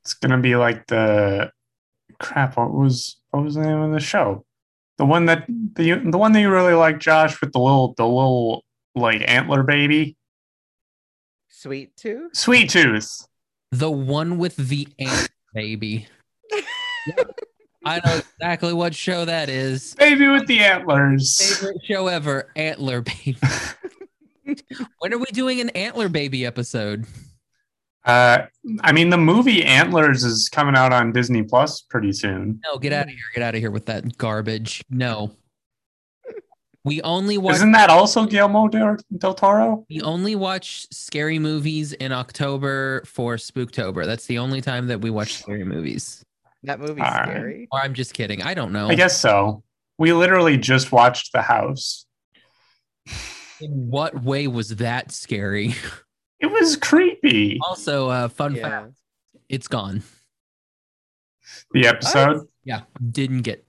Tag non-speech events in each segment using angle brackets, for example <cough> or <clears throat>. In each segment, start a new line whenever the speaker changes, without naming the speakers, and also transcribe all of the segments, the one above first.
It's gonna be like the crap. What was what was the name of the show? The one that the the one that you really like, Josh, with the little the little like antler baby,
Sweet too.
Sweet Tooth.
The one with the ant baby. Yep. I know exactly what show that is.
Baby with the antlers.
Favorite show ever, Antler Baby. when are we doing an Antler Baby episode?
Uh, I mean, the movie Antlers is coming out on Disney Plus pretty soon.
No, get out of here. Get out of here with that garbage. No. We only watch
Isn't that also Guillermo del, del Toro?
we only watch scary movies in October for Spooktober. That's the only time that we watch scary movies.
That movie's
All right.
scary.
Or I'm just kidding. I don't know.
I guess so. We literally just watched The House.
In what way was that scary?
It was creepy.
Also, uh, fun
Yeah.
fact: it's gone.
The episode.
Yeah, didn't get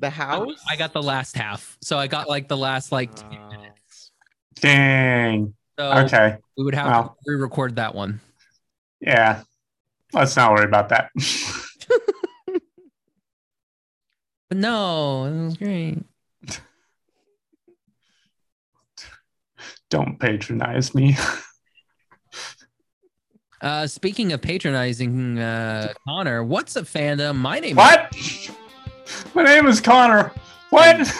The house.
I got the last half. So I got like the last like 10
Oh. <laughs>
minutes.
Dang.
So
Okay.
we would have to
Wow.
re-record that one.
Yeah. Let's not worry about that. <laughs>
But no, it was great.
Don't patronize me.
Uh, speaking of patronizing uh, Connor, what's a fandom? My name is
What? My name is Connor. What?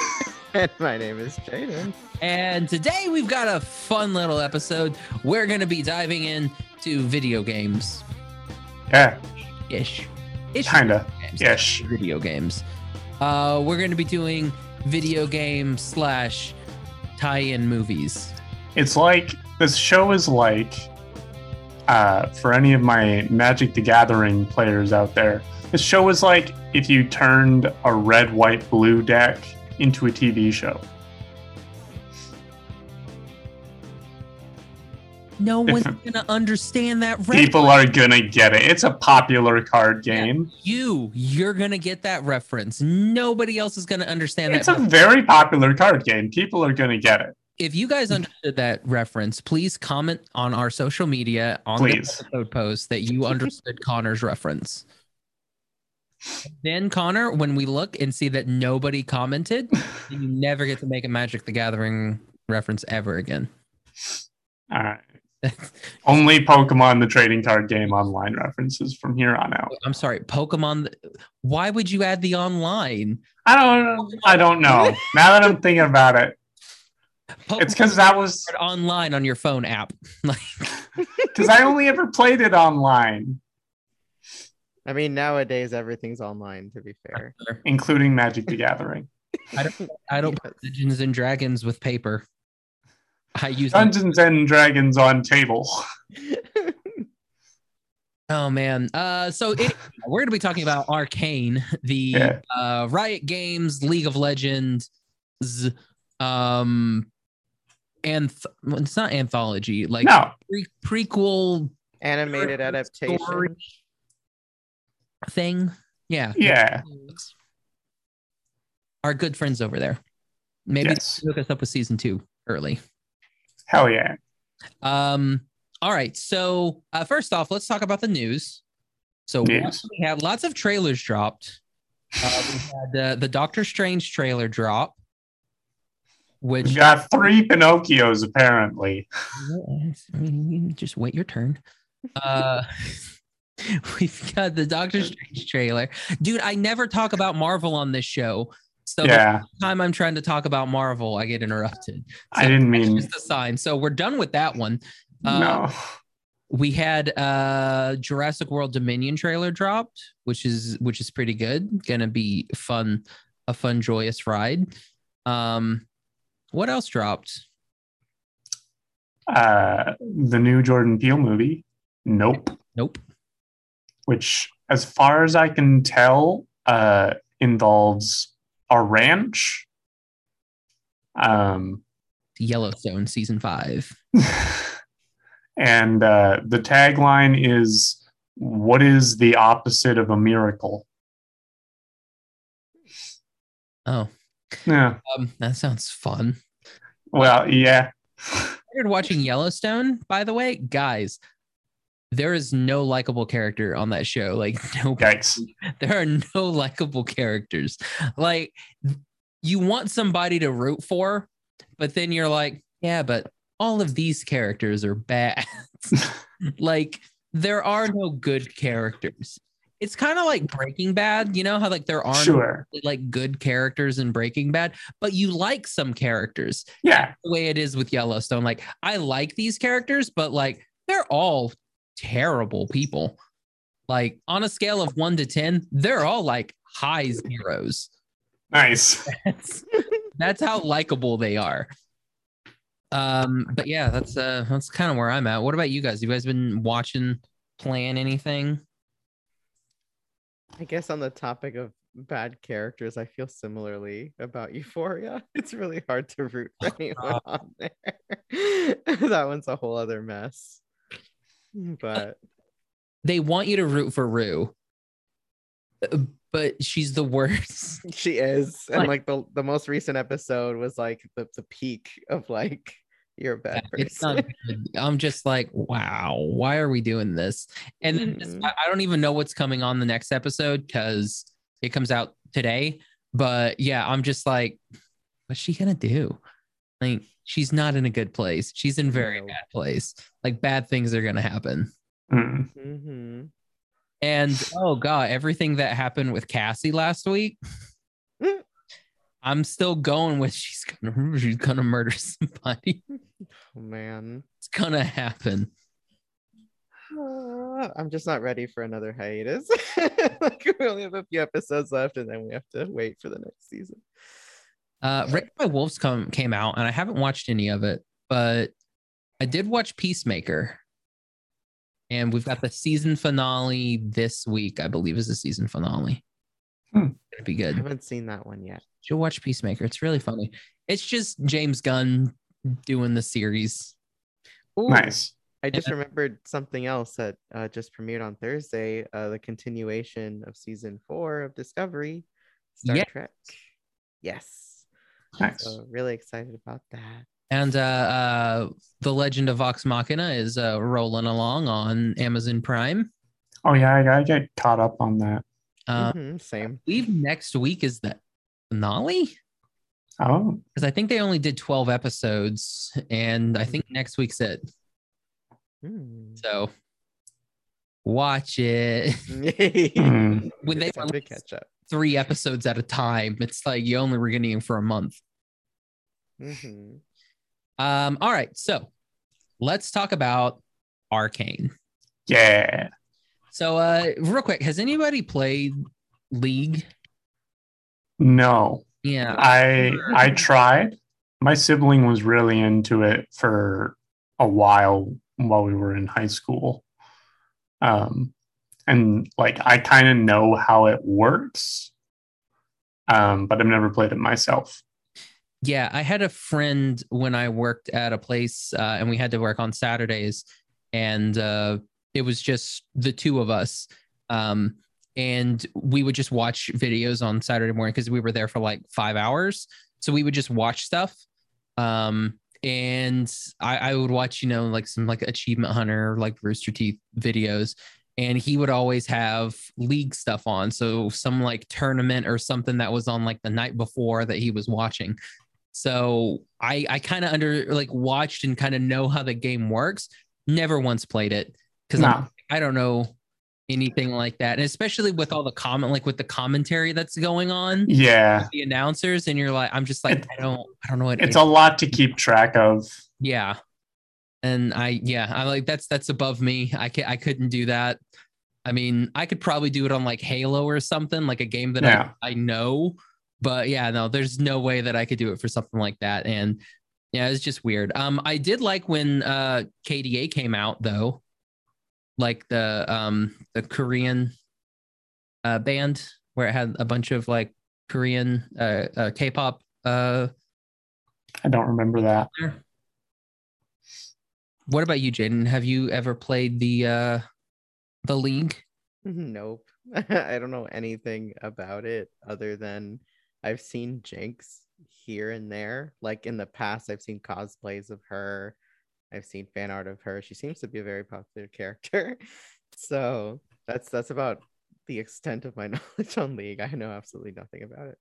And my name is Jaden.
and today we've got a fun little episode. We're gonna be diving into video games.
<laughs> yeah,
Ish. Ish
kinda.
games.
Ish.
video games. Uh, we're going to be doing video game slash tie-in movies.
It's like this show is like uh, for any of my Magic the Gathering players out there. This show is like if you turned a red, white, blue deck into a TV show. <laughs>
No one's
Different.
going to understand that. Reference.
People are gonna get it. It's a popular card game.
you, you're going to get that reference. Nobody else is going to understand
It's a
that.
very popular card game. People are gonna get it.
if you guys understood that reference, please comment on our social media on
Please.
the episode post that you understood Connor's reference. Then Connor, when we look and see that nobody commented, you never get to make a Magic the Gathering reference ever again.
All right. <laughs> Only Pokemon the trading card game online references from here on out.
I'm sorry, Pokemon. Why would you add the online?
I don't I don't <laughs> know. Now that I'm thinking about it,
Pokemon
it's because that was
online on your phone app. Like,
because I only ever played it online,
I mean, nowadays everything's online. To be fair,
including Magic the Gathering.
I don't play
Yes.
Dungeons and Dragons with paper. I use
Dungeons and Dragons on table.
Oh man. Uh so it, we're going to be talking about Arcane, the
Yeah.
uh Riot Games, League of Legends um and it's not anthology, like
no,
pre- prequel
animated adaptation.
story thing. Yeah.
yeah.
Our good friends over there. Maybe
Yes.
they hook us up with season 2 early.
Hell yeah.
Um all right. So, uh first off, let's talk about the news. So,
News.
we had lots of trailers dropped. Uh, we had uh, the Doctor Strange trailer drop,
We've
which
got three Pinocchios apparently.
<laughs> just wait your turn. Uh, <laughs> we've got the Doctor Strange trailer, dude. I never talk about Marvel on this show, so
yeah.
the time I'm trying to talk about Marvel, I get interrupted.
I didn't mean
Just a sign. So we're done with that one. Uh,
no.
We had uh Jurassic World Dominion trailer dropped, which is which is pretty good. Gonna be fun, a fun, joyous ride. Um what else dropped?
Uh the new Jordan Peele movie. Nope.
Nope.
Which as far as I can tell, uh involves a ranch. Um <laughs>
Yellowstone season five.
and uh, the tagline is what is the opposite of a miracle
Oh,
yeah
um, that sounds fun.
well yeah
I started watching Yellowstone, by the way, guys. there is no likable character on that show. Like no,
Yikes.
there are <laughs> no likable characters. Like you want somebody to root for, but then you're like, yeah, but all of these characters are bad. <laughs> like there are no good characters. It's kind of like Breaking Bad, you know how like there are no
Sure.
like good characters in Breaking Bad, but you like some characters
Yeah.
the way it is with Yellowstone. Like I like these characters, but like they're all terrible people. Like on a scale of one to ten, they're all like high zeros.
Nice.
That's, that's how likable they are. Um, but yeah, that's uh that's kind of where I'm at. What about you guys? You guys been watching, playing anything?
I guess on the topic of bad characters, I feel similarly about Euphoria. <laughs> It's really hard to root
Oh,
for anyone on there. <laughs> that one's a whole other mess. But
They want you to root for Rue, uh, but she's the <laughs> worst.
she is, and like
Like-
the the most recent episode was like the the peak of like you're a bad
it's
person. <laughs>
not good. I'm just like, wow, why are we doing this? And then just-
Mhm.
I I don't even know what's coming on the next episode because it comes out today. But yeah, I'm just like, what's she gonna do? Like, she's not in a good place. She's in very
No.
bad place. Like bad things are gonna happen.
Hmm.
hmm <laughs>
And oh god, everything that happened with Cassie last week.
Mm.
I'm still going with she's gonna <laughs> she's gonna murder somebody.
Oh man,
It's gonna happen.
Uh, I'm just not ready for another hiatus. <laughs> like we only have a few episodes left, and then we have to wait for the next season.
Uh, Raised by Wolves come came out, and I haven't watched any of it, but I did watch Peacemaker, and we've got the season finale this week. I believe is the season finale.
Hmm.
It'd be
I
good.
haven't seen that one yet.
Should watch Peacemaker. It's really funny. It's just James Gunn doing the series.
Ooh,
Nice.
I just remembered something else that uh, just premiered on Thursday uh, the continuation of season four of Discovery Star
Yes.
Trek. Yes.
Nice.
So, really excited about that.
And uh, uh, the Legend of Vox Machina is uh, rolling along on Amazon Prime.
Oh yeah, I gotta get caught up on that.
Uh,
Mhm, same.
I believe next week is the finale.
Oh,
because I think they only did 12 episodes, and I think next week's it.
Hmm. <laughs>
So watch it. <laughs>
Hmm.
When they
It's time to
release
catch up.
three episodes at a time, it's like you only were getting them for a month.
Mhm.
Um, all right, so let's talk about Arcane.
yeah.
So, uh, real quick, has anybody played League?
No,
Yeah,
I I tried. My sibling was really into it for a while while we were in high school. Um, and like I kind of know how it works, um, but I've never played it myself.
Yeah, I had a friend when I worked at a place uh, and we had to work on Saturdays, and uh, it was just the two of us. Um, and we would just watch videos on Saturday morning because we were there for like five hours. So we would just watch stuff. Um, and I, I would watch, you know, like some like Achievement Hunter, like Rooster Teeth videos. And he would always have league stuff on. So some like tournament or something that was on like the night before that he was watching. So I I kind of under like watched and kind of know how the game works. Never once played it because
No,
I don't know anything like that. And especially with all the comment like with the commentary that's going on,
yeah,
the announcers, and you're like, I'm just like, I don't I don't know what
it's a lot to keep track of.
yeah. And I yeah, I like that's that's above me. I can I couldn't do that. I mean, I could probably do it on like Halo or something, like a game that
Yeah.
I, I know. But yeah, no, there's no way that I could do it for something like that. And yeah, it's just weird. Um, I did like when uh KDA came out though, like the um the Korean uh band where it had a bunch of like Korean uh, uh K-pop uh
I don't remember that.
What about you, Jaden? Have you ever played the uh the league?
Mm-hmm, Nope. <laughs> I don't know anything about it other than I've seen Jinx here and there. Like in the past, I've seen cosplays of her I've seen fan art of her. She seems to be a very popular <laughs> character. So that's that's about the extent of my <laughs> knowledge on League. I know absolutely nothing about it.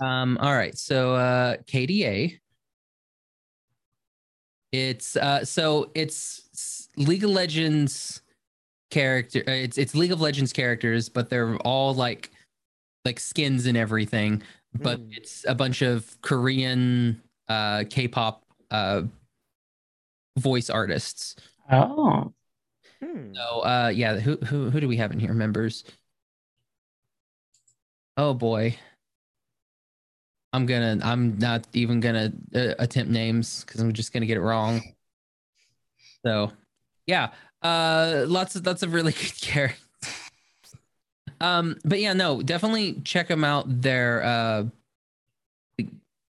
Um, all right. So uh, KDA. It's uh, so it's s- League of Legends character. uh, It's it's League of Legends characters, but they're all like like skins and everything. But
Mm.
it's a bunch of Korean uh, K-pop uh, voice artists.
Oh,
Hmm.
So uh, yeah, who who who do we have in here? Members. Oh boy. I'm gonna. I'm not even gonna uh, attempt names because I'm just gonna get it wrong. So, yeah, uh, lots of lots of really <laughs> good characters. Um, but yeah, no, definitely check them out. Their uh, you,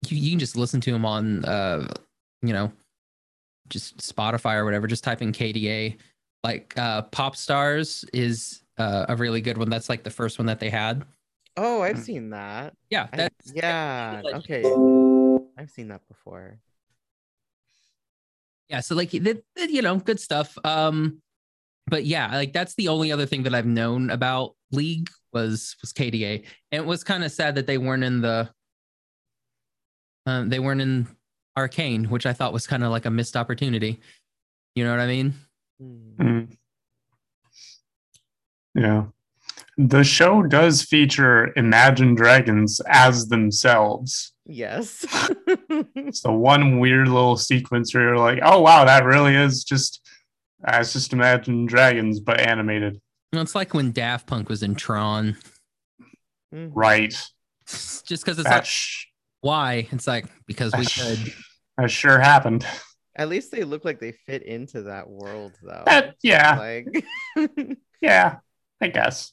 you can just listen to them on uh, you know, just Spotify or whatever. Just type in KDA. Like uh, Pop Stars is uh, a really good one. That's like the first one that they had.
Oh, I've
Hmm.
seen that.
Yeah,
I-
that's
yeah.
like-
Okay. I've seen that before.
yeah so like th- th- you know good stuff um but yeah like that's the only other thing that i've known about league was was kda and it was kind of sad that they weren't in the um they weren't in arcane which i thought was kind of like a missed opportunity you know what i mean
Hmm.
Hmm. yeah. The show does feature Imagine Dragons as themselves. <laughs>
Yes.
It's the one weird little sequence where you're like, oh wow, that really is just uh, it's just Imagine Dragons but animated.
You know, it's like when daft punk was in tron <laughs>
Mhm.
Right.
just because it's
That,
like
sh-
why it's like
<laughs>
because
that,
we
sh-
could
that sure happened.
At least they look like they fit into that world, though.
That- yeah.
Like. <laughs>
Yeah, I guess.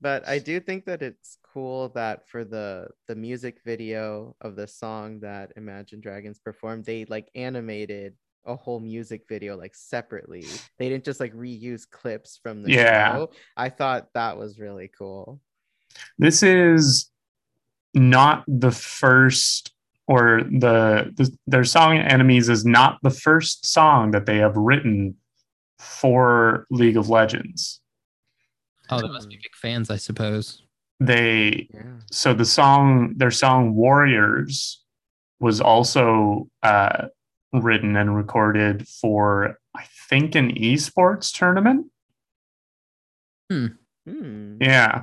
but I do think that it's cool that for the the music video of the song that Imagine Dragons performed, they like animated a whole music video like separately. They didn't just like reuse clips from the
Yeah.
show. I thought that was really cool.
This is not the first or the, the their song enemies is not the first song that they have written for League of Legends.
oh they must be big fans i suppose
They
Yeah.
so the song their song warriors was also uh, written and recorded for i think an esports tournament
Hmm.
yeah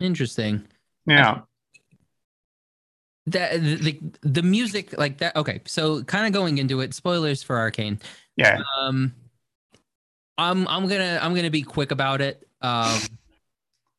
interesting
yeah
that the the music like that okay so kind of going into it spoilers for arcane
yeah
um i'm i'm gonna i'm gonna be quick about it um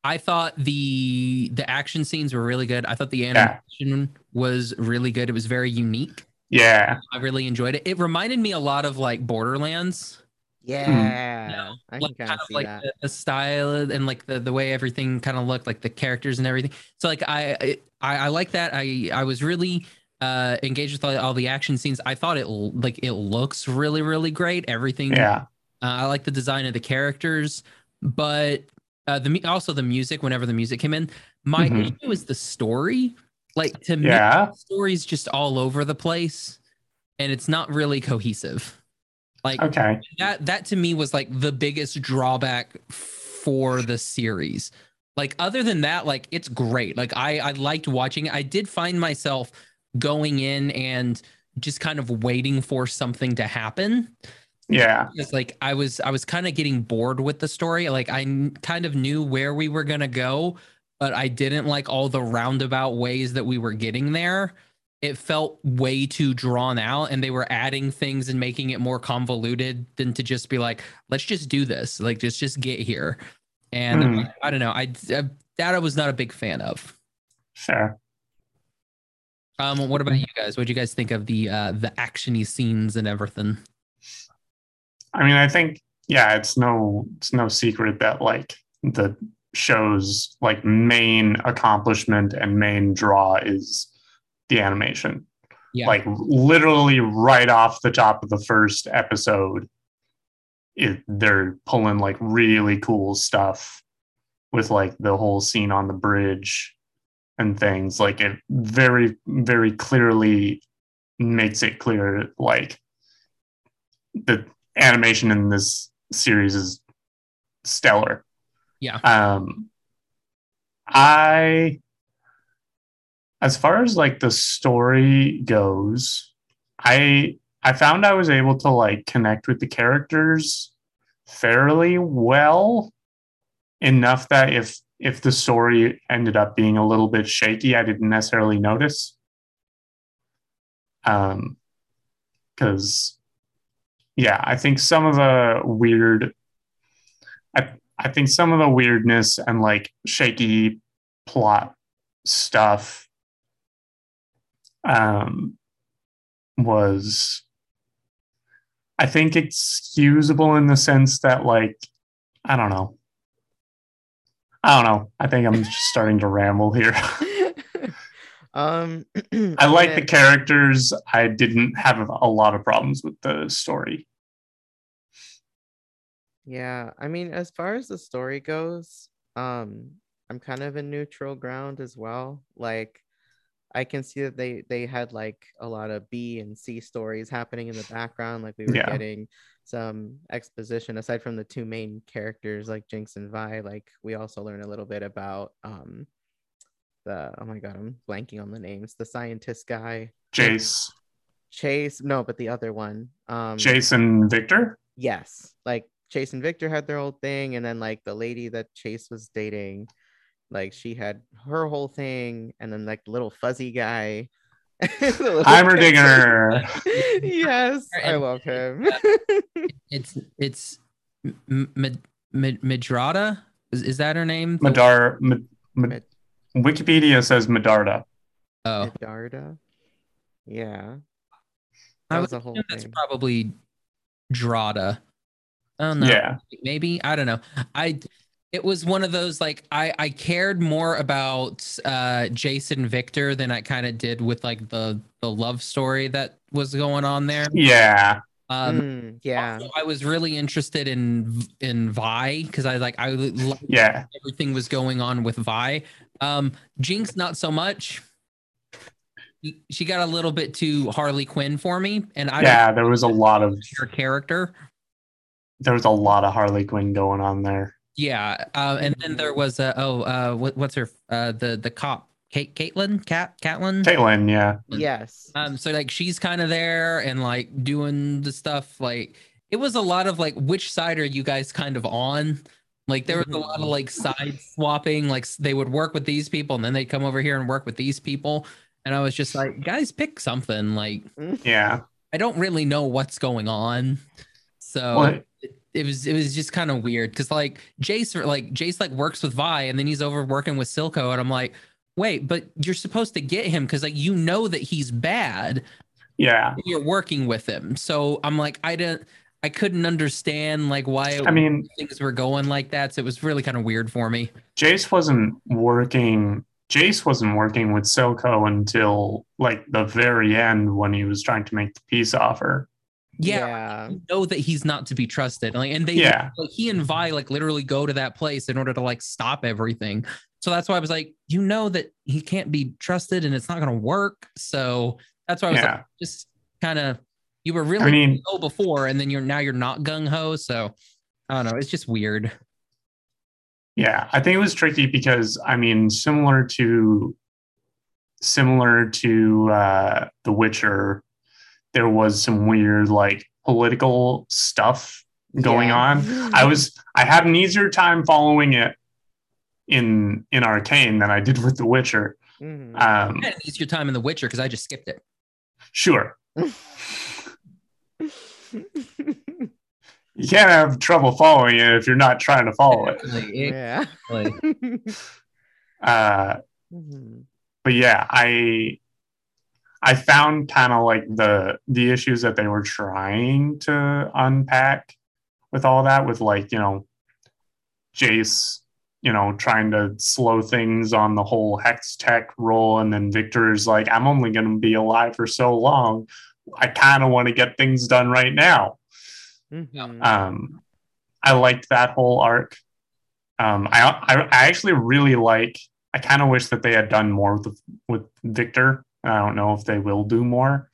i thought the the action scenes were really good i thought the
Yeah.
animation was really good it was very unique
yeah
i really enjoyed it it reminded me a lot of like borderlands
Yeah.
No,
I can
like
kind of see
like
that.
The, the style and like the the way everything kind of looked like the characters and everything so like i i, I like that i i was really uh engaged with all, all the action scenes i thought it l- like it looks really really great everything
yeah
uh, i like the design of the characters but uh the mu- also the music whenever the music came in my
Mhm.
issue is the story like to me
yeah
the story's just all over the place and it's not really cohesive like
okay
that that to me was like the biggest drawback for the series like other than that like it's great like i i liked watching it. i did find myself going in and just kind of waiting for something to happen
yeah
it's like i was i was kind of getting bored with the story like i kn- kind of knew where we were going to go but i didn't like all the roundabout ways that we were getting there it felt way too drawn out and they were adding things and making it more convoluted than to just be like let's just do this like just just get here and
Hmm.
i don't know I, I that i was not a big fan of
sure
um what about you guys what do you guys think of the uh the actiony scenes and everything
i mean i think yeah it's no it's no secret that like the show's like main accomplishment and main draw is the animation
yeah
like literally right off the top of the first episode it, they're pulling like really cool stuff with like the whole scene on the bridge and things like it very very clearly makes it clear like the animation in this series is stellar.
Yeah.
Um I as far as like the story goes, I I found I was able to like connect with the characters fairly well enough that if if the story ended up being a little bit shaky, I didn't necessarily notice. Um cuz yeah, I think some of the weird I I think some of the weirdness and like shaky plot stuff um was I think excusable in the sense that like I don't know. I don't know. I think I'm just starting to ramble here.
<laughs>
<laughs>
um, <clears throat>
I like the characters. I didn't have a lot of problems with the story.
Yeah, I mean, as far as the story goes, um, I'm kind of in neutral ground as well. Like, I can see that they they had like a lot of B and C stories happening in the background. Like we were
Yeah.
getting some exposition aside from the two main characters like Jinx and Vi. Like we also learn a little bit about um the oh my god, I'm blanking on the names. The scientist guy,
Jace,
Chase. No, but the other one. Um,
Jason, Victor.
Yes. Like Chase and Victor had their old thing. And then like the lady that Chase was dating, like she had her whole thing. And then like little fuzzy guy. <laughs>
I'm her digger.
yes. I
And-
love him.
It's it's M- M- M- Midrata. Is, is that her name?
Madar. Mad, Mad, Wikipedia says Medarda.
<laughs> Oh,
Medarda. Yeah.
I
That
would
was a whole
assume that's
thing.
probably Drata. I don't know.
Yeah.
maybe i don't know i it was one of those like i i cared more about uh jason victor than i kind of did with like the the love story that was going on there
Yeah.
um
Mm, yeah.
also, i was really interested in in vi because i like i liked
Yeah.
everything was going on with vi um jinx not so much She- she got a little bit too harley quinn for me and i
Yeah. There was a lot of
liked her character
there was a lot of Harley Quinn going on there.
Yeah, uh, and then there was uh, oh uh, what, what's her uh, the the cop Kate Caitlin Cat Catlin.
Caitlin, yeah.
Yes.
Um, so like she's kind of there and like doing the stuff. Like it was a lot of like which side are you guys kind of on? Like there was a lot of like side swapping. Like s- they would work with these people and then they'd come over here and work with these people. And I was just like, guys, pick something. Like
Yeah.
I don't really know what's going on. So
Well,
it was it was just kind of weird because like Jace like Jace like works with Vi and then he's over working with Silco and I'm like wait but you're supposed to get him because like you know that he's bad
yeah.
and you're working with him so I'm like I didn't I couldn't understand like why
I mean,
things were going like that so it was really kind of weird for me
Jace wasn't working. Jace wasn't working with Silco until like the very end when he was trying to make the peace offer.
yeah, You know that he's not to be trusted like and they
Yeah,
like he and Vi like literally go to that place in order to like stop everything. So that's why I was like, you know that he can't be trusted and it's not gonna work. So that's why I was like,
yeah.
just kind of you were
I
really
mean,
go before and then you're now you're not gung ho. So I don't know, it's just weird.
yeah. I think it was tricky because I mean, similar to similar to uh, The Witcher, there was some weird like political stuff going
<laughs>
on. I was I had an easier time following it in in Arcane than I did with The Witcher.
Mhm. <laughs>
Um,
I had an easier time in The Witcher because I just skipped it.
sure, you can't have trouble following it if you're not trying to follow it.
Like,
yeah. <laughs> Mm-hmm.
like,
Uh,
Mhm.
but yeah, I I found kind of like the the issues that they were trying to unpack with all that, with like you know, Jace, you know, trying to slow things on the whole hex tech role, and then Victor's like, I'm only going to be alive for so long. I kind of want to get things done right now.
Mhm.
Mm-hmm.
Um, I liked that whole arc. Um, I, I I actually really like. I kind of wish that they had done more with with Victor. I don't know if they will do more,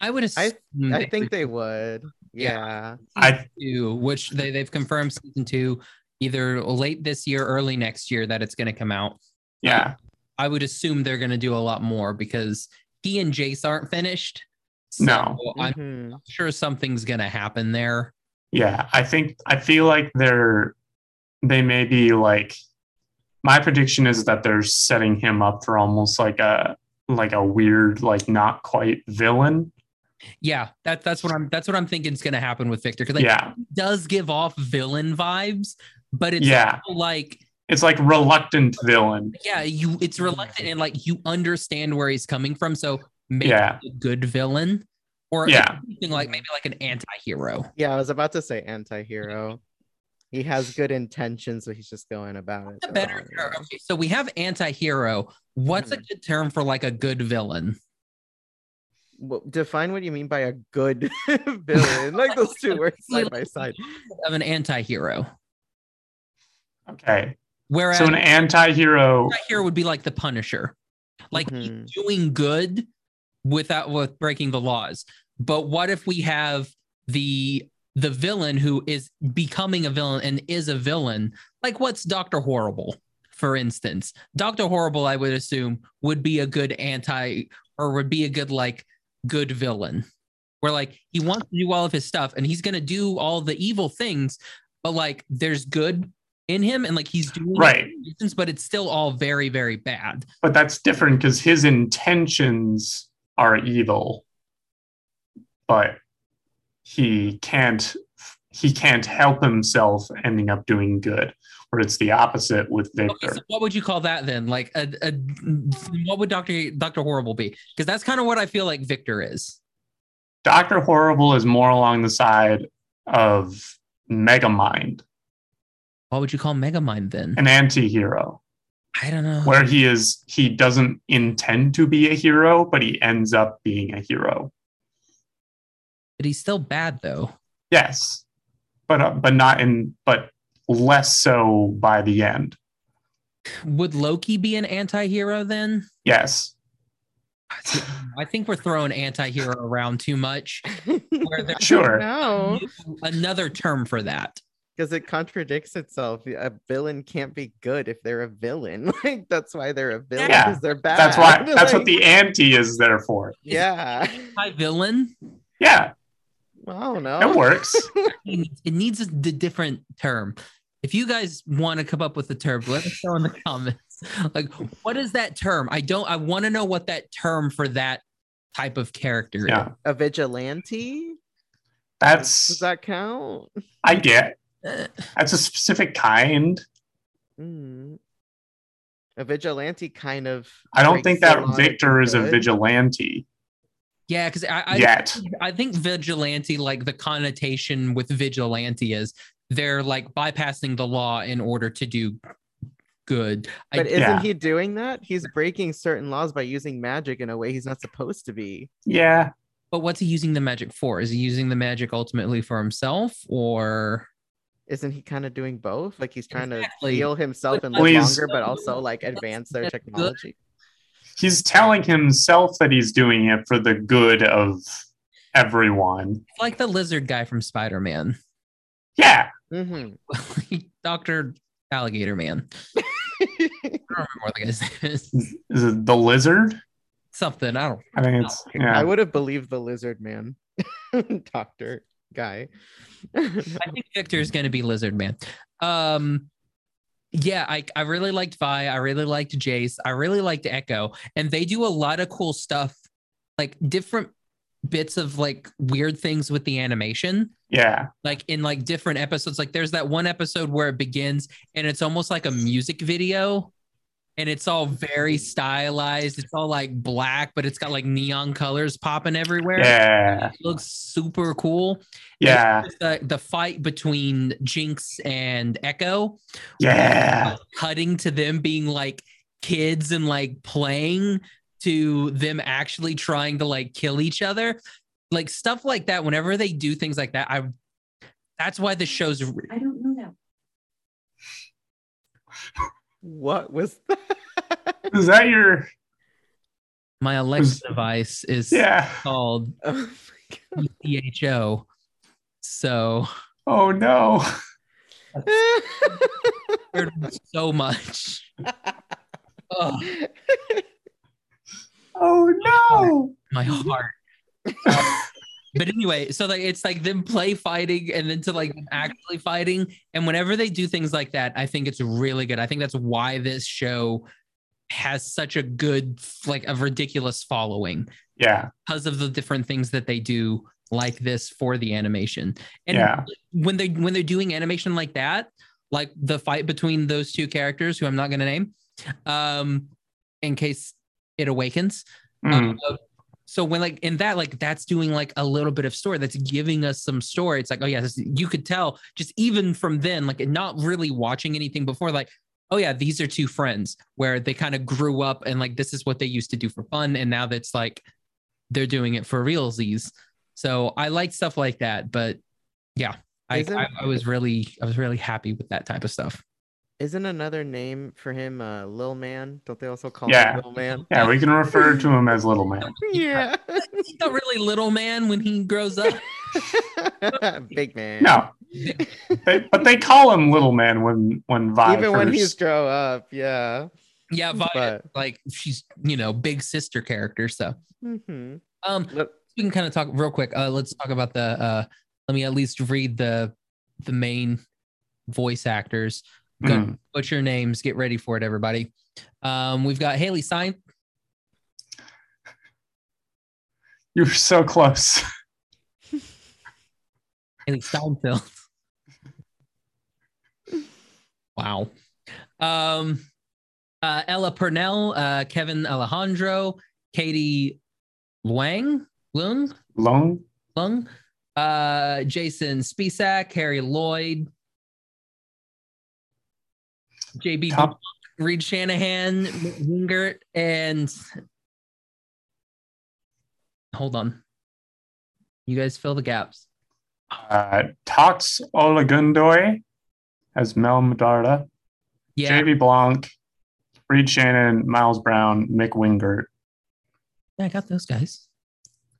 I would assume.
I think they would. Yeah.
Hmm.
I
two, which they they've confirmed season two, either late this year, early next year that it's going to come out.
yeah.
I would assume they're going to do a lot more because he and Jace aren't finished. So
No.
I'm
Mhm.
sure something's going to happen there.
Yeah, I think I feel like they're they may be like my prediction is that they're setting him up for almost like a like a weird like not quite villain.
Yeah, that that's what I'm that's what I'm thinking is going to happen with Victor because like
yeah.
he does give off villain vibes, but it's
Yeah.
also like
It's like reluctant villain.
yeah, you it's reluctant and like you understand where he's coming from, so maybe
Yeah.
a good villain or
Yeah.
something like maybe like an anti-hero.
Yeah, I was about to say anti-hero. He has good intentions, but he's just going about it.
The
the
better
wrong way.
okay, so we have anti-hero. What's a good term for like a good villain?
Well, define what you mean by a good <laughs> villain. Like those
<laughs>
two words side by side.
Of an anti-hero.
Okay.
Whereas
So an anti-hero
anti-hero would be like the Punisher, like he's
Mhm.
doing good without with breaking the laws. But what if we have the the villain who is becoming a villain and is a villain? Like what's Doctor Horrible, for instance? Doctor Horrible, I would assume, would be a good anti or would be a good like good villain. Where like he wants to do all of his stuff and he's gonna do all the evil things, but like there's good in him and like he's doing it
right,
reasons, but it's still all very, very bad.
but that's different cuz his intentions are evil. But he can't he can't help himself ending up doing good. Or it's the opposite with
Okay,
Victor.
so what would you call that then? Like a, a what would Doctor Doctor Horrible be? Because that's kind of what I feel like Victor is.
Doctor Horrible is more along the side of Megamind,
What would you call Megamind then?
an anti-hero,
I don't know.
where he is he doesn't intend to be a hero, but he ends up being a hero.
But he's still bad though.
Yes, but uh, but not in but less so by the end.
Would Loki be an anti-hero then?
<laughs>
Yes,
I think we're throwing anti-hero around too much. Where there's
sure.
No,
another term for that.
because it contradicts itself. A villain can't be good if they're a villain. <laughs> Like that's why they're a villain.
Yeah,
'cause they're bad.
That's why that's what
Like,
the anti is there for.
Yeah. <laughs>
High villain.
Yeah,
Well, I don't know.
it
<laughs>
works.
It needs a d- different term. If you guys want to come up with a term, let us know in the <laughs> comments. Like, what is that term? I don't. I want to know what that term for that type of character
Yeah,
A vigilante? Does
that's
that count?
I get.
is.
That's a specific kind.
Mm. A vigilante kind of.
I don't
breaks
think
the
that
law
Victor
to
is a
good.
vigilante
Yeah, because I I,
yet.
I think vigilante, like the connotation with vigilante is they're like bypassing the law in order to do good.
But
I,
isn't
Yeah.
he doing that? He's breaking certain laws by using magic in a way he's not supposed to be.
Yeah,
but what's he using the magic for? Is he using the magic ultimately for himself or?
Isn't he kind of doing both? Like he's trying
Exactly.
to heal himself and live
Please.
longer, but also like advance their
good.
technology.
he's telling himself that he's doing it for the good of everyone.
like the lizard guy from Spider Man,
Yeah,
Mhm.
<laughs>
<laughs>
Doctor Alligator Man. I don't remember what the guy's name is.
is it the lizard?
<laughs> Something I don't.
I think it's
I
yeah.
would have believed the lizard man, <laughs> doctor guy. <laughs>
I think Victor is going to be Lizard Man. Um, yeah, I I really liked Vi. I really liked Jace. I really liked Echo, and they do a lot of cool stuff, like different bits of like weird things with the animation
yeah,
like in like different episodes like there's that one episode where it begins and it's almost like a music video and it's all very stylized it's all like black but it's got like neon colors popping everywhere
yeah,
it looks super cool
yeah,
It's the, the fight between jinx and echo
yeah,
cutting to them being like kids and like playing to them actually trying to like kill each other like stuff like that whenever they do things like that i that's why the show's
I don't know that.
what was that?
Is that your?
My Alexa device is
Yeah.
called E
Oh my
ECHO. So
Oh no.
god.
heard so much. Oh,
Oh
my heart.
no.
But anyway, so like it's like them play fighting and then to like them actually fighting. And whenever they do things like that, I think it's really good. I think that's why this show has such a good, like a ridiculous following.
<laughs> yeah.
because of the different things that they do like this for the animation. And
Yeah.
when they when they're doing animation like that, like the fight between those two characters who I'm not going to name um in case it awakens.
Mm,
Uh, so when like in that like that's doing like a little bit of story that's giving us some story. It's like oh yeah, this, you could tell just even from then like not really watching anything before like oh yeah, these are two friends where they kind of grew up and like this is what they used to do for fun and now that's like they're doing it for realsies. So I like stuff like that, but yeah, I,
Isn't-
I, I was really I was really happy with that type of stuff.
<laughs> Isn't another name for him uh, Lil Man? Don't they also call
Yeah.
him Lil Man?
yeah, we can refer to him as little
<laughs>
man.
Yeah.
He's not really little man when he grows up.
<laughs> Big man.
No. They, but they call him little man when when Vi
Even when he's
first-
grow up, yeah.
yeah, Vi,
But
like she's you know big sister character. So
hmm
um,
Look,
we can kind of talk real quick. Uh, let's talk about the. Uh, let me at least read the the main voice actors. Gun-
<laughs> Mm.
What's your names? Get ready for it, everybody. Um, we've got Haley Stein,
You were so close.
Haley Steinfeld. <laughs> wow. Um, uh, Ella Purnell, uh, Kevin Alejandro, Katie Luang, Lung,
Long.
Lung, uh, Jason Spisak, Harry Lloyd, JB
Tom,
Blunk, Reed Shanahan, Mick Wingert, and hold on. You guys fill the gaps.
uh, Tox Olagundoy as Mel Madarda.
Yeah,
JV Blanc, Reed Shannon, Miles Brown, Mick Wingert.
yeah, I got those guys.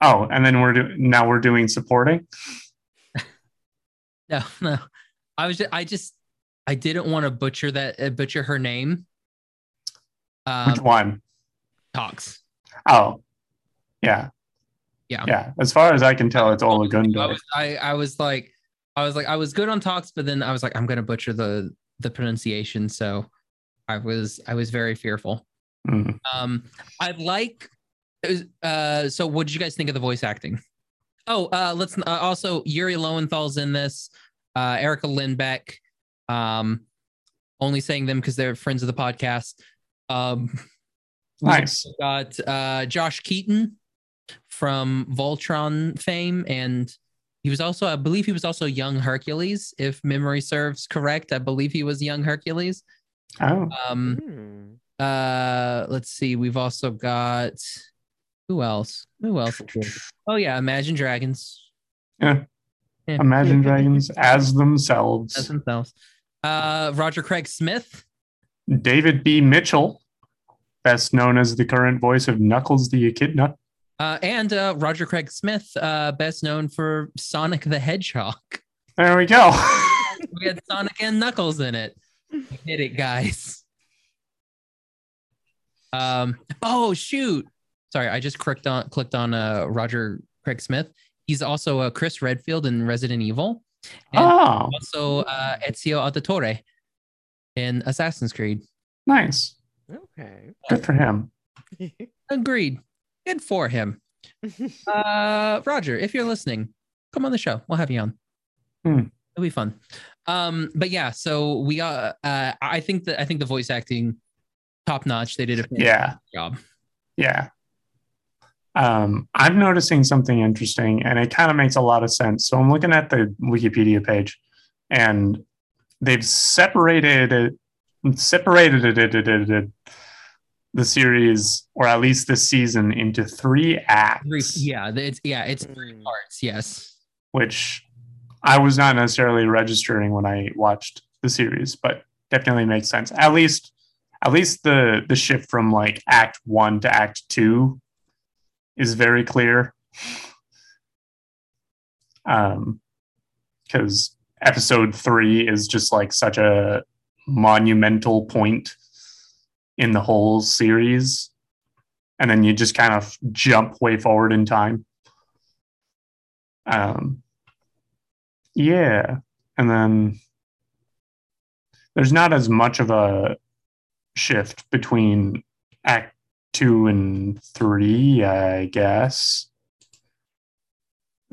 Oh, and then we're do- now we're doing supporting.
No, <laughs> no. I was just, I just I didn't want to butcher that uh, butcher her name.
Which
Um,
one?
talks.
Oh, yeah,
Yeah.
yeah. As far as I can tell, it's Ola
I
Gundoy.
was I, I was like I was like I was good on talks, but then I was like I'm gonna butcher the the pronunciation. So I was I was very fearful.
Mm.
Um, I like. it was- Uh, so what did you guys think of the voice acting? Oh, uh, let's uh, also Yuri Lowenthal's in this. Uh, Erica Lindbeck. Um, only saying them because they're friends of the podcast. Um, we
Nice.
also Got uh, Josh Keaton from Voltron fame, and he was also, I believe, he was also Young Hercules, if memory serves correct. I believe he was Young Hercules.
Oh,
Um,
hmm.
uh let's see we've also got who else who else oh yeah imagine dragons
Imagine Dragons as
as
themselves.
themselves uh roger craig smith
David B. Mitchell, best known as the current voice of Knuckles the Echidna.
uh and uh roger craig smith uh best known for sonic the hedgehog
There we
<laughs>
go.
we had sonic and knuckles in it we did it guys um oh shoot sorry i just clicked on clicked on uh roger craig smith he's also uh, chris redfield in resident evil and
oh,
also uh, Ezio Auditore in Assassin's Creed.
nice.
Okay. <laughs>
Good for him.
Agreed. Good for him. Uh, Roger, if you're listening, come on the show. We'll have you on.
Hmm.
It'll be fun. Um, but yeah, so we uh, uh I think that I think the voice acting top notch. They did a fantastic
Yeah.
job.
Yeah. Um, I'm noticing something interesting, and it kind of makes a lot of sense. So I'm looking at the Wikipedia page, and they've separated it, separated it, it, it, it, it, the series, or at least this season, into three
Three,
acts,
yeah, it's yeah, it's three
Hmm.
parts. Yes.
which I was not necessarily registering when I watched the series, but definitely makes sense. At least, at least the the shift from like Act One to Act Two is very clear. Um, because episode three is just like such a monumental point in the whole series, and then you just kind of jump way forward in time. Um, yeah, and then there's not as much of a shift between act two and three, I guess.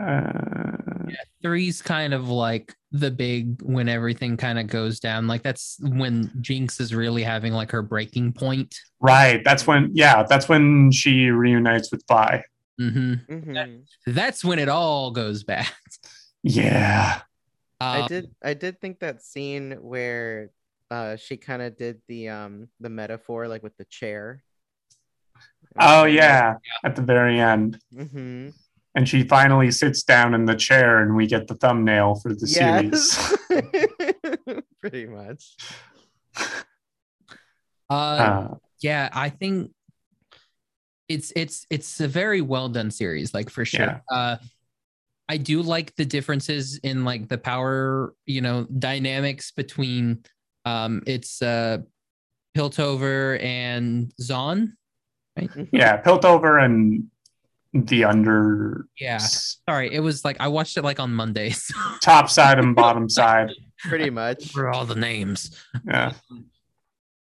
Uh,
Yeah, three's kind of like the big when everything kind of goes down. Like that's when Jinx is really having like her breaking point.
right. That's when, yeah, that's when she reunites with Pi.
hmm
Mhm.
That's when it all goes bad.
Yeah.
I
Um,
did. I did think that scene where uh, she kind of did the um the metaphor like with the chair.
Oh, yeah. At the very end.
Mm-hmm.
And she finally sits down in the chair, and we get the thumbnail for the series.
<laughs> Yes. Pretty much.
uh,
Uh,
yeah i think it's it's it's a very well done series like for sure
Yeah.
uh i do like the differences in like the power you know dynamics between um it's uh piltover and zon
yeah. Piltover and the under
yeah
s-
sorry it was like i watched it like on mondays <laughs>
top side and bottom side.
Pretty much.
for all the names
Yeah.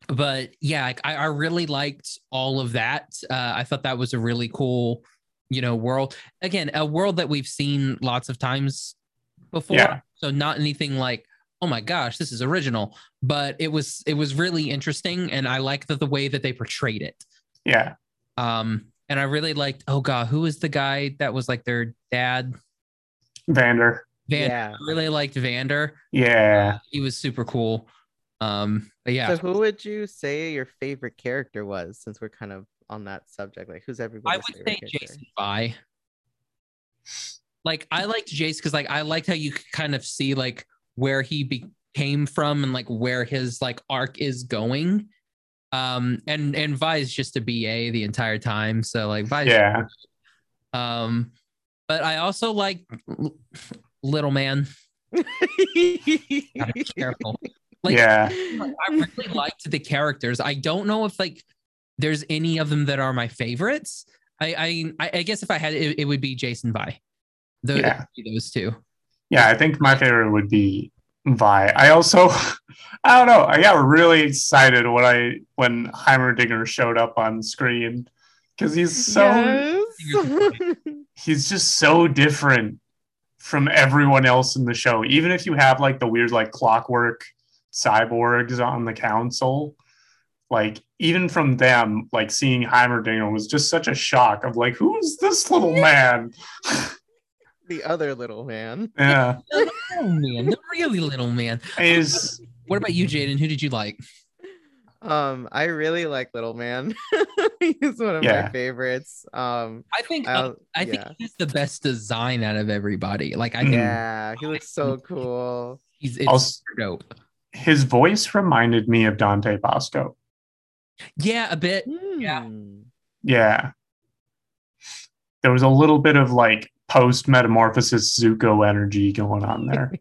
but yeah like, I, I really liked all of that uh, i thought that was a really cool you know world again a world that we've seen lots of times before
Yeah.
so not anything like oh my gosh this is original but it was it was really interesting and i like the, the way that they portrayed it
Yeah.
um and i really liked oh god who was the guy that was like their dad
Vander.
van
Yeah.
i really liked vander
Yeah.
he was super cool um but yeah
So who would you say your favorite character was since we're kind of on that subject? Like who's everybody's
I would
favorite
say
character?
Jason Bye. Like I liked Jace because like I liked how you could kind of see like where he be- came from and like where his like arc is going. Um and and Vi is just a BA the entire time. So like Vi
Yeah.
um but I also like little man. Gotta be careful. Like
Yeah.
<laughs>
I really liked the characters. I don't know if like there's any of them that are my favorites. I I, I guess if I had it, it would be Jason Vi. Those,
Yeah.
those two.
Yeah, I think my favorite would be Vi. I also, <laughs> I don't know, I got really excited when I when Heimerdinger showed up on screen because he's so
Yes. <laughs>
he's just so different from everyone else in the show. Even if you have like the weird like clockwork cyborgs on the council, like even from them, like seeing Heimerdinger was just such a shock of like, who's this little man?
the other little man.
Yeah,
Little man, the really little man.
is
What about you,
Mm-hmm.
Jaden? Who did you like?
Um, I really like Little Man. <laughs> He's one of
Yeah.
my favorites. Um,
I think
I'll-
I think
yeah.
he's the best design out of everybody. Like I
Mm.
think
yeah, he looks so cool.
he's it's
also
dope.
his voice reminded me of Dante Bosco.
Yeah, a bit. Yeah.
Hmm.
Yeah. There was a little bit of like post metamorphosis Zuko energy going on there.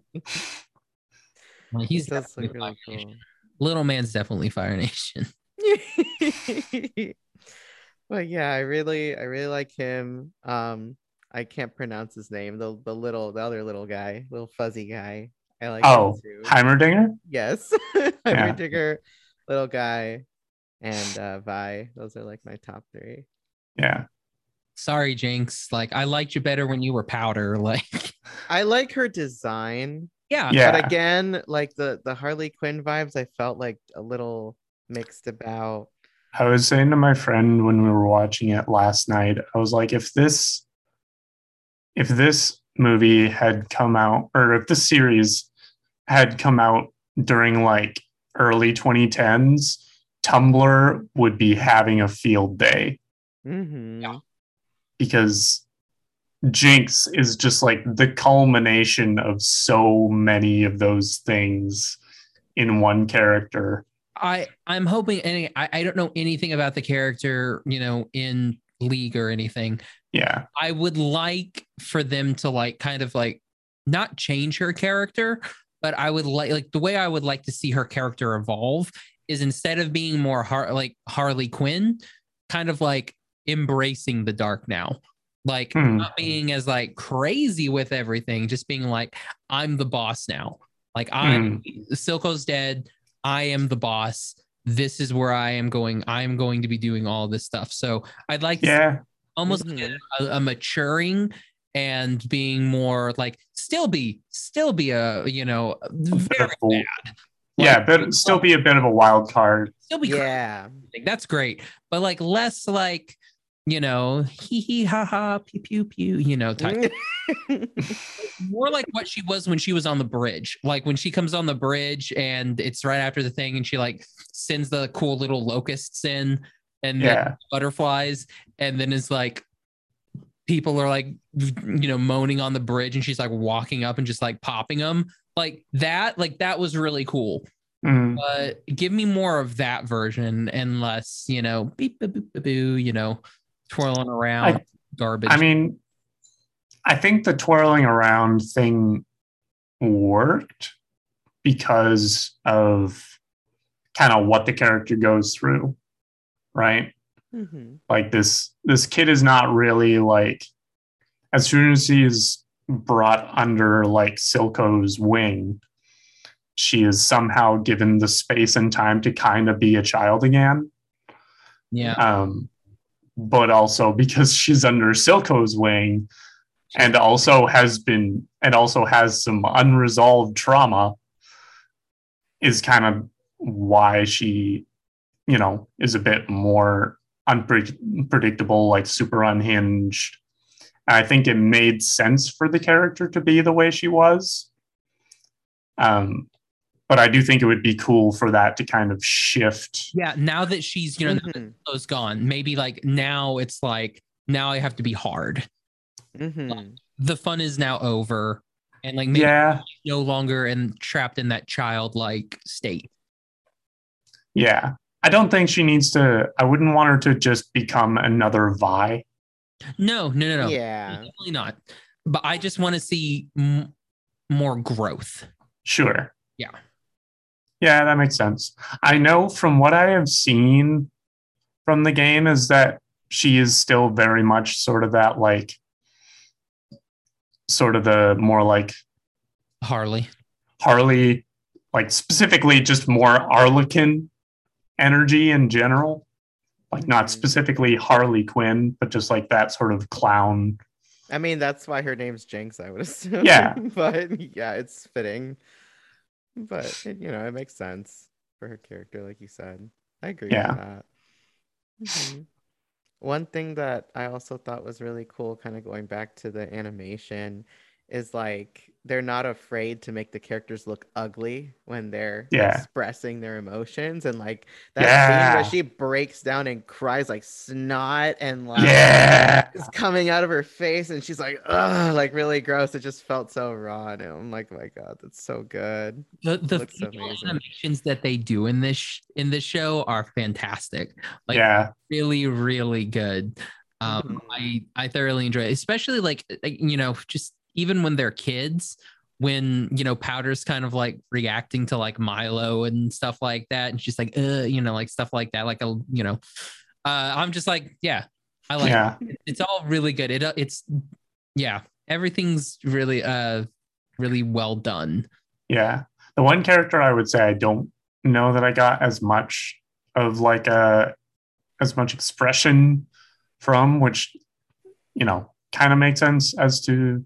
Like,
He
he's
does look
definitely
really
Fire Nation. Little man's definitely Fire Nation. <laughs>
cool. <laughs> but yeah, I really, I really like him. Um, I can't pronounce his name. The the little, the other little guy, little fuzzy guy. I like. him
Oh,
too.
Heimerdinger?
yes, <laughs>
Yeah.
Heimerdinger, digger, little guy, and uh, Vi. Those are like my top three.
Yeah.
Sorry, Jinx. Like I liked you better when you were powder. <laughs> Like
I like her design.
yeah.
Yeah.
but again like the the harley quinn vibes i felt like a little mixed about
I was saying to my friend when we were watching it last night, I was like, if this if this movie had come out or if this series had come out during like early 2010s, Tumblr would be having a field day.
Mhm.
Yeah.
because Jinx is just like the culmination of so many of those things in one character.
I I'm hoping any I, I don't know anything about the character, you know, in league or anything.
Yeah.
I would like for them to like kind of like not change her character, but I would like like the way I would like to see her character evolve is instead of being more har- like Harley Quinn, kind of like embracing the dark now. Like
Hmm.
not being as like crazy with everything, just being like, I'm the boss now. Like I'm
Mm-hmm.
Silco's dead. I am the boss. This is where I am going. I am going to be doing all this stuff. So I'd like to see
Yeah.
almost like
Mhm.
a, a maturing and being more like still be still be a you know very
Bit of a-
bad.
yeah,
Like,
but still be a bit of a wild card.
still be crazy. <laughs>
Yeah.
That's great, but like less like you know hee hee ha ha pew pew pew you know type. more like what she was when she was on the bridge. Like when she comes on the bridge and it's right after the thing and she like sends the cool little locusts in and then
Yeah.
butterflies and then it's like people are like you know moaning on the bridge and she's like walking up and just like popping them like that like that was really cool
Mm.
but give me more of that version and less you know beep boop, boop, boop, boo, you know twirling around
I-
garbage
I mean, I think the twirling around thing worked because of kind of what the character goes through, right?
Mhm.
like this this kid is not really like as soon as he's brought under like silco's wing she is somehow given the space and time to kind of be a child again
yeah
um but also because she's under silco's wing and also has been and also has some unresolved trauma is kind of why she you know is a bit more unpredictable like super unhinged i think it made sense for the character to be the way she was um but i do think it would be cool for that to kind of shift
yeah now that she's you know
Mhm.
those gone. Maybe like now it's like now I have to be hard.
Mhm.
The fun is now over, and like maybe
yeah
no longer and trapped in that childlike state.
Yeah. I don't think she needs to I wouldn't want her to just become another Vi.
No, no, no, no,
Yeah.
definitely not. But I just want to see m- more growth.
Sure.
Yeah.
Yeah, that makes sense. I know from what I have seen from the game is that she is still very much sort of that like sort of the more like
Harley,
Harley like specifically just more Arlequin energy in general. Like not
Mhm.
specifically Harley Quinn, but just like that sort of clown
I mean, that's why her name's Jinx, I would <laughs> assume.
Yeah.
but yeah, it's fitting. But it, you know, it makes sense for her character, like you said. I agree
Yeah.
with that. Mhm. One thing that I also thought was really cool, kind of going back to the animation, is like they're not afraid to make the characters look ugly when they're
Yeah.
expressing their emotions. And like that scene
Yeah.
where she breaks down and cries like snot and like
Yeah.
is coming out of her face and she's like, ugh, like really gross. It just felt so raw. And I'm like, my God, that's so good.
the the
Looks
facial
amazing.
animations that they do in this sh- in this show are fantastic. Like,
yeah.
really really good
Mhm.
um i i thoroughly enjoy it especially like like, you know just even when they're kids when you know powder's kind of like reacting to like milo and stuff like that and she's like uh you know like stuff like that like a you know uh i'm just like yeah i like
yeah
it. it's all really good it uh, it's yeah everything's really uh really well done
yeah the one character i would say i don't know that i got as much of like a as much expression from which you know kind of makes sense as to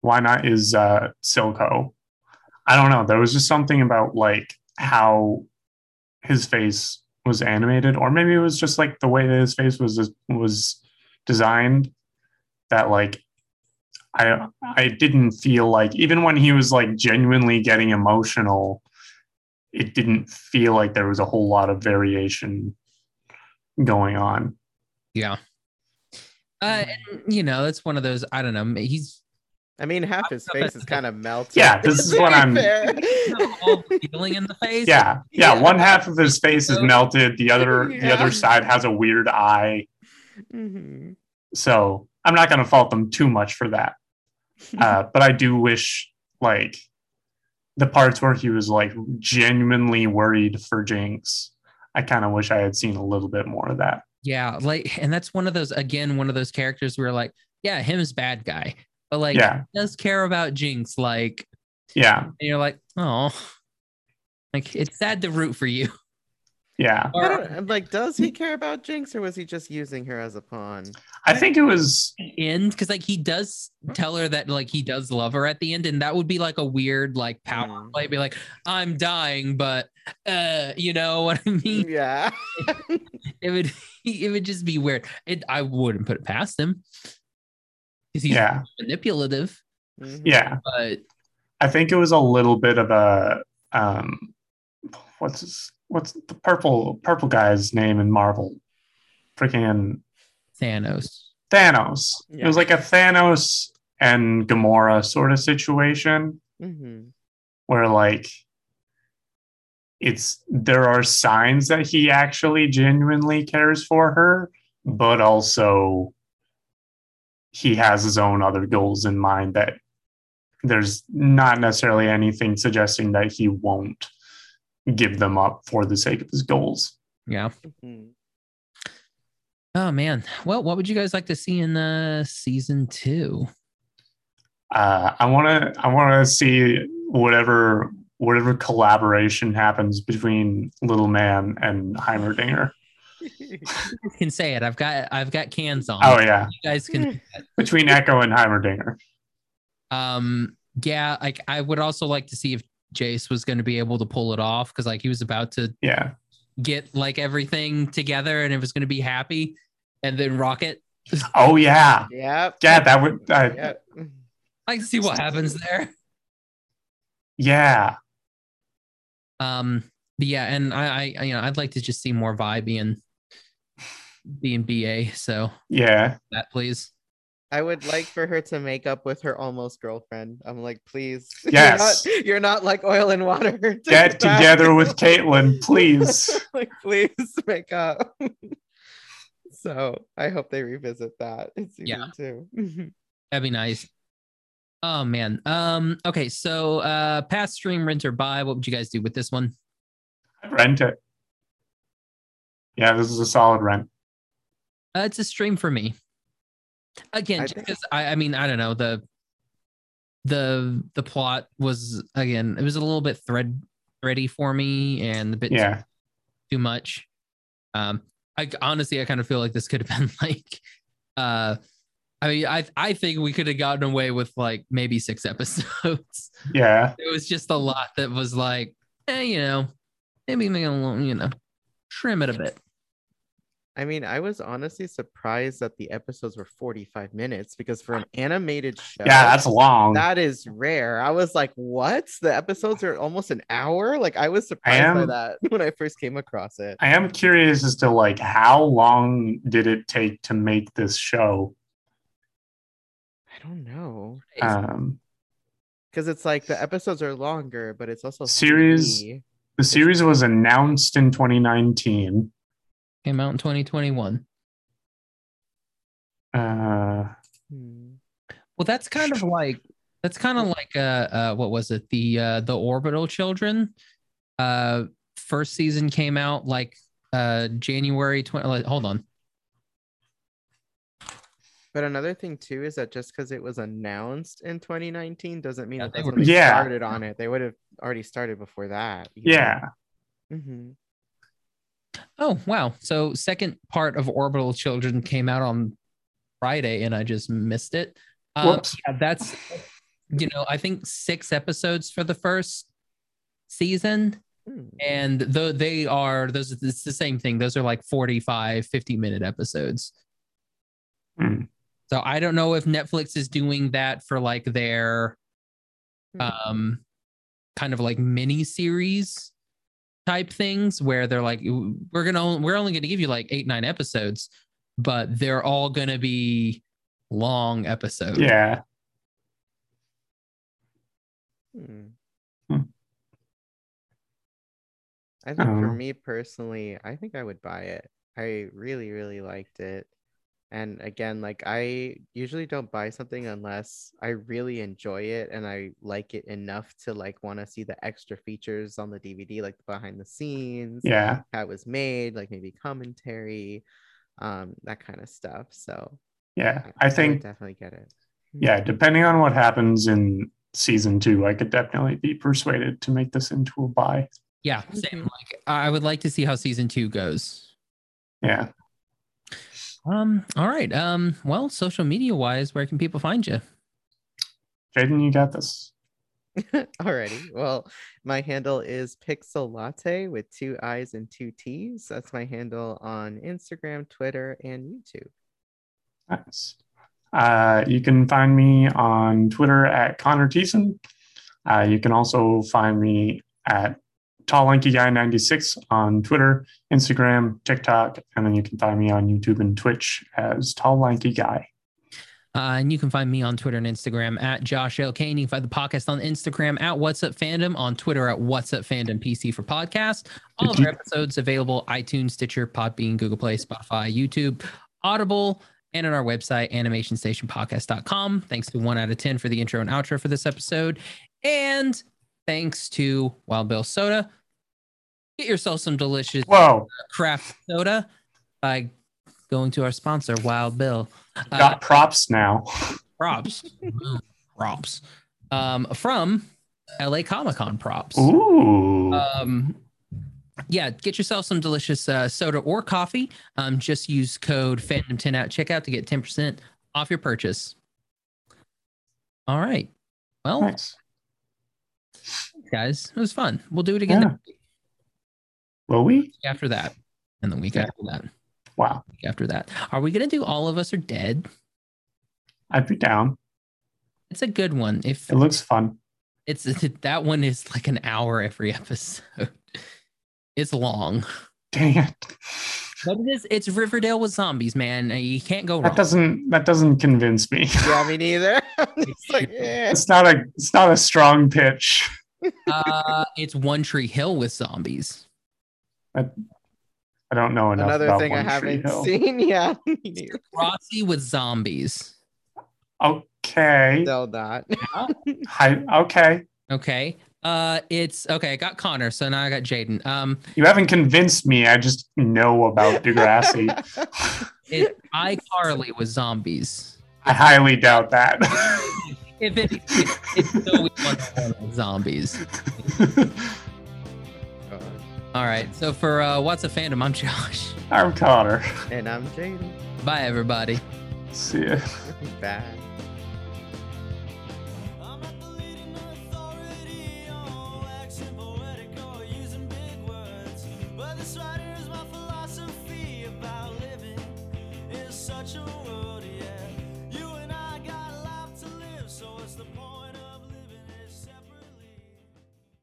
why not is uh silco i don't know there was just something about like how his face was animated or maybe it was just like the way that his face was was designed that like I I didn't feel like even when he was like genuinely getting emotional, it didn't feel like there was a whole lot of variation going on.
uh and, you know that's one of those i don't know he's
I mean, half his
not
face
that-
is kind of melted.
Yeah, this is what
<laughs> To be
I'm-
fair.
not
<laughs>
all feeling in the face
Yeah, Oh. <laughs> yeah. One half of his face is melted. The other the
Yeah.
other side has a weird eye.
Mhm.
So I'm not going to fault them too much for <laughs> that. Uh, but I do wish, like, the parts where he was, like, genuinely worried for Jinx, I kind of wish I had seen a little bit more of that.
Yeah, like, and that's one of those again, one of those characters where like, yeah, him's bad guy, but like,
Yeah.
he does care about Jinx, like,
Yeah.
and you're like, oh, like it's sad to root for you.
Yeah.
I don't- I'm like, does he care about Jinx or was he just using her as a pawn?
I think it was,
end because like he does tell her that like he does love her at the end and that would be like a weird like power
Mm.
play be like i'm dying but uh you know what i mean
Yeah.
it would <laughs> it would just be weird it i wouldn't put it past him because he's
yeah.
manipulative
Mhm.
Yeah.
but
I think it was a little bit of a, um, what's his, what's the purple, purple guy's name in Marvel? Freaking
thanos
Thanos. It
Yeah.
was like a Thanos and Gamora sort of situation
Mhm.
where like it's there are signs that he actually genuinely cares for her, but also he has his own other goals in mind that there's not necessarily anything suggesting that he won't give them up for the sake of his goals.
yeah
Mhm.
oh man well what would you guys like to see in uh season two
uh, I want to I want to see whatever whatever collaboration happens between Little Man and Heimerdinger.
you guys can say it i've got i've got cans on
Oh yeah,
you guys can
between Echo and Heimerdinger.
Um, yeah, like I would also like to see if Jace was going to be able to pull it off because like he was about to
Yeah,
get like everything together and it was going to be happy, and then Rocket.
oh yeah,
<laughs> Yep. Mm-hmm.
yeah. That would uh,
Yep.
I can see what happens there.
yeah
Um, but yeah, and I, I, you know, I'd like to just see more Vi being being BA. So
yeah
that please.
I would like for her to make up with her almost girlfriend. I'm like, please. <laughs> You're not-
Yes.
You're not, like oil and water. <laughs> Take
get
it back.
together
<laughs>
with Caitlin, please.
like, please make up. <laughs> so I hope they revisit that in season two. <laughs>
That'd be nice. Oh man. Um. Okay. So, uh, past stream rent or buy. What would you guys do with this one?
Rent it. Yeah, this is a solid rent.
Uh, it's a stream for me. Again,
I
just
think-
'cause I, I mean, I don't know the the the plot was again, it was a little bit thread thready for me and a bit
Yeah,
too much. Um, I honestly, I kind of feel like this could have <laughs> been like, uh, I mean, I I think we could have gotten away with like maybe six <laughs> episodes.
yeah,
it was just a lot that was like, eh, you know, maybe make it a little, you know, trim it a bit.
I mean, I was honestly surprised that the episodes were 45 minutes because for an animated show,
yeah. That's long.
that is rare. I was like, what? The episodes are almost an hour? Like, I was surprised by
am-
that <laughs> when I first came across it.
I am curious as to like how long did it take to make this show?
I don't know.
Um,
Because it's like the episodes are longer, but it's also
Series-
three.
The series was announced in 2019.
Came out in 2021.
Uh,
Hmm.
Well, that's kind of like that's kind of like uh, uh what was it the uh the orbital children uh first season came out like uh January 20 like, hold on
But another thing too is that just because it was announced in 2019 doesn't mean
Yeah,
that
they
that's
were-
when they
Yeah.
started on it. They would have already started before that.
yeah,
hmm
oh wow so second part of orbital children came out on Friday and I just missed it um,
Whoops.
yeah, that's you know I think six episodes for the first season
Hmm.
and though they are those it's the same thing those are like 45 50 minute episodes
Hmm.
so i don't know if netflix is doing that for like their
Hmm.
um kind of like mini series type things where they're like we're gonna we're only gonna give you like eight nine episodes but they're all gonna be long episodes
yeah.
Hmm.
Hmm.
I think for
Oh. Um.
me personally, I think I would buy it. I really, really liked it. And again, like I usually don't buy something unless I really enjoy it and I like it enough to like want to see the extra features on the DVD, like the behind the scenes,
Yeah.
how it was made, like maybe commentary, um, that kind of stuff. So
Yeah. I
would
think,
definitely get it. Hmm.
yeah, depending on what happens in season two, I could definitely be persuaded to make this into a buy.
Yeah, same. Like I would like to see how season two goes.
Yeah.
Um, all right. Um, well, social media wise, where can people find you?
Jaden, you got this.
Alrighty. Well, my handle is Pixel Latte with two I's and two T's. That's my handle on Instagram, Twitter, and YouTube.
Nice. Uh, you can find me on Twitter at Connor Thiessen. Uh, you can also find me at Tall Lanky Guy 96 on Twitter, Instagram, TikTok, and then you can find me on YouTube and Twitch as Tall Lanky Guy.
Uh, and you can find me on Twitter and Instagram at Josh L. Kane. You can find the podcast on Instagram at What's Up Fandom, on Twitter at What's Up Fandom PC for podcast. All of our episodes available iTunes, Stitcher, Podbean, Google Play, Spotify, YouTube, Audible, and on our website, animationstationpodcast.com. Thanks to one out of 10 for the intro and outro for this episode. And thanks to Wild Bill Soda. Get yourself some delicious
Whoa,
craft soda by going to our sponsor, Wild Bill. Uh,
got props now.
props
Mm-hmm.
Ooh, props um from la comic-con props
Ooh.
um yeah get yourself some delicious uh, soda or coffee um just use code phantom 10 at checkout to get 10% off your purchase all right well
Nice.
guys it was fun we'll do it again
Yeah.
next week
Will we?
after that and the week
Yeah.
after that
Wow.
week after that are we gonna do all of us are dead
I'd be down.
it's a good one if
It looks fun. <laughs>
It's <laughs> that one is like an hour every episode. It's long,
Dang it.
but it is. It's Riverdale with zombies, man. Uh, You can't go
That
wrong.
doesn't that doesn't convince me. <laughs>
Yeah, me neither. <laughs> I'm just like, eh.
It's not a it's not a strong pitch.
Uh, it's One Tree Hill with zombies.
I don't know enough.
Another
about
thing I
One Tree
haven't
Hill.
seen. <laughs> Yeah, me neither.
Rossi with zombies.
Okay.
still not.
Hi, okay.
Okay. Uh, it's okay. I got Connor, so now I got Jaden. Um,
You haven't convinced me. I just know about
<laughs>
Degrassi. <laughs>
it's iCarly with zombies.
I highly doubt that. <laughs>
If it, it's so <laughs> one with zombies.
Oh,
All right. So for uh, what's a fandom? I'm <laughs> Josh.
I'm Connor.
and I'm Jaden.
Bye, everybody.
See ya.
Bad.
I'm at the leading authority on action, poetic or using big words. But this writer is my philosophy about living in such a world, yeah. You and I got a life to live, so what's the point?